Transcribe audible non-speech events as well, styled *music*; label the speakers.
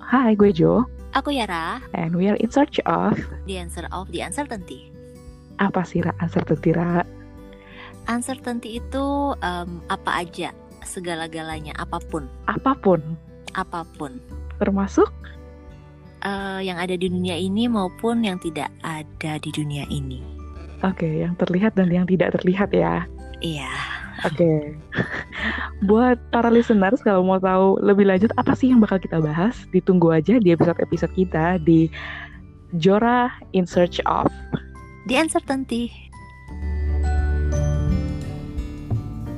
Speaker 1: Hai, gue Jo,
Speaker 2: Aku Yara,
Speaker 1: and we are in search of
Speaker 2: the answer of the uncertainty.
Speaker 1: apa sih Ra? Uncertainty Ra?
Speaker 2: Uncertainty itu em, apa aja, segala-galanya, apapun,
Speaker 1: Apapun,
Speaker 2: apapun
Speaker 1: termasuk
Speaker 2: eh, yang ada di dunia ini maupun yang tidak ada di dunia ini.
Speaker 1: oke yang terlihat dan yang tidak terlihat ya.
Speaker 2: Iya,
Speaker 1: Oke. *laughs* Buat para listeners kalau mau tahu lebih lanjut apa sih yang bakal kita bahas, ditunggu aja di episode-episode kita di Jora in search of.
Speaker 2: the uncertainty.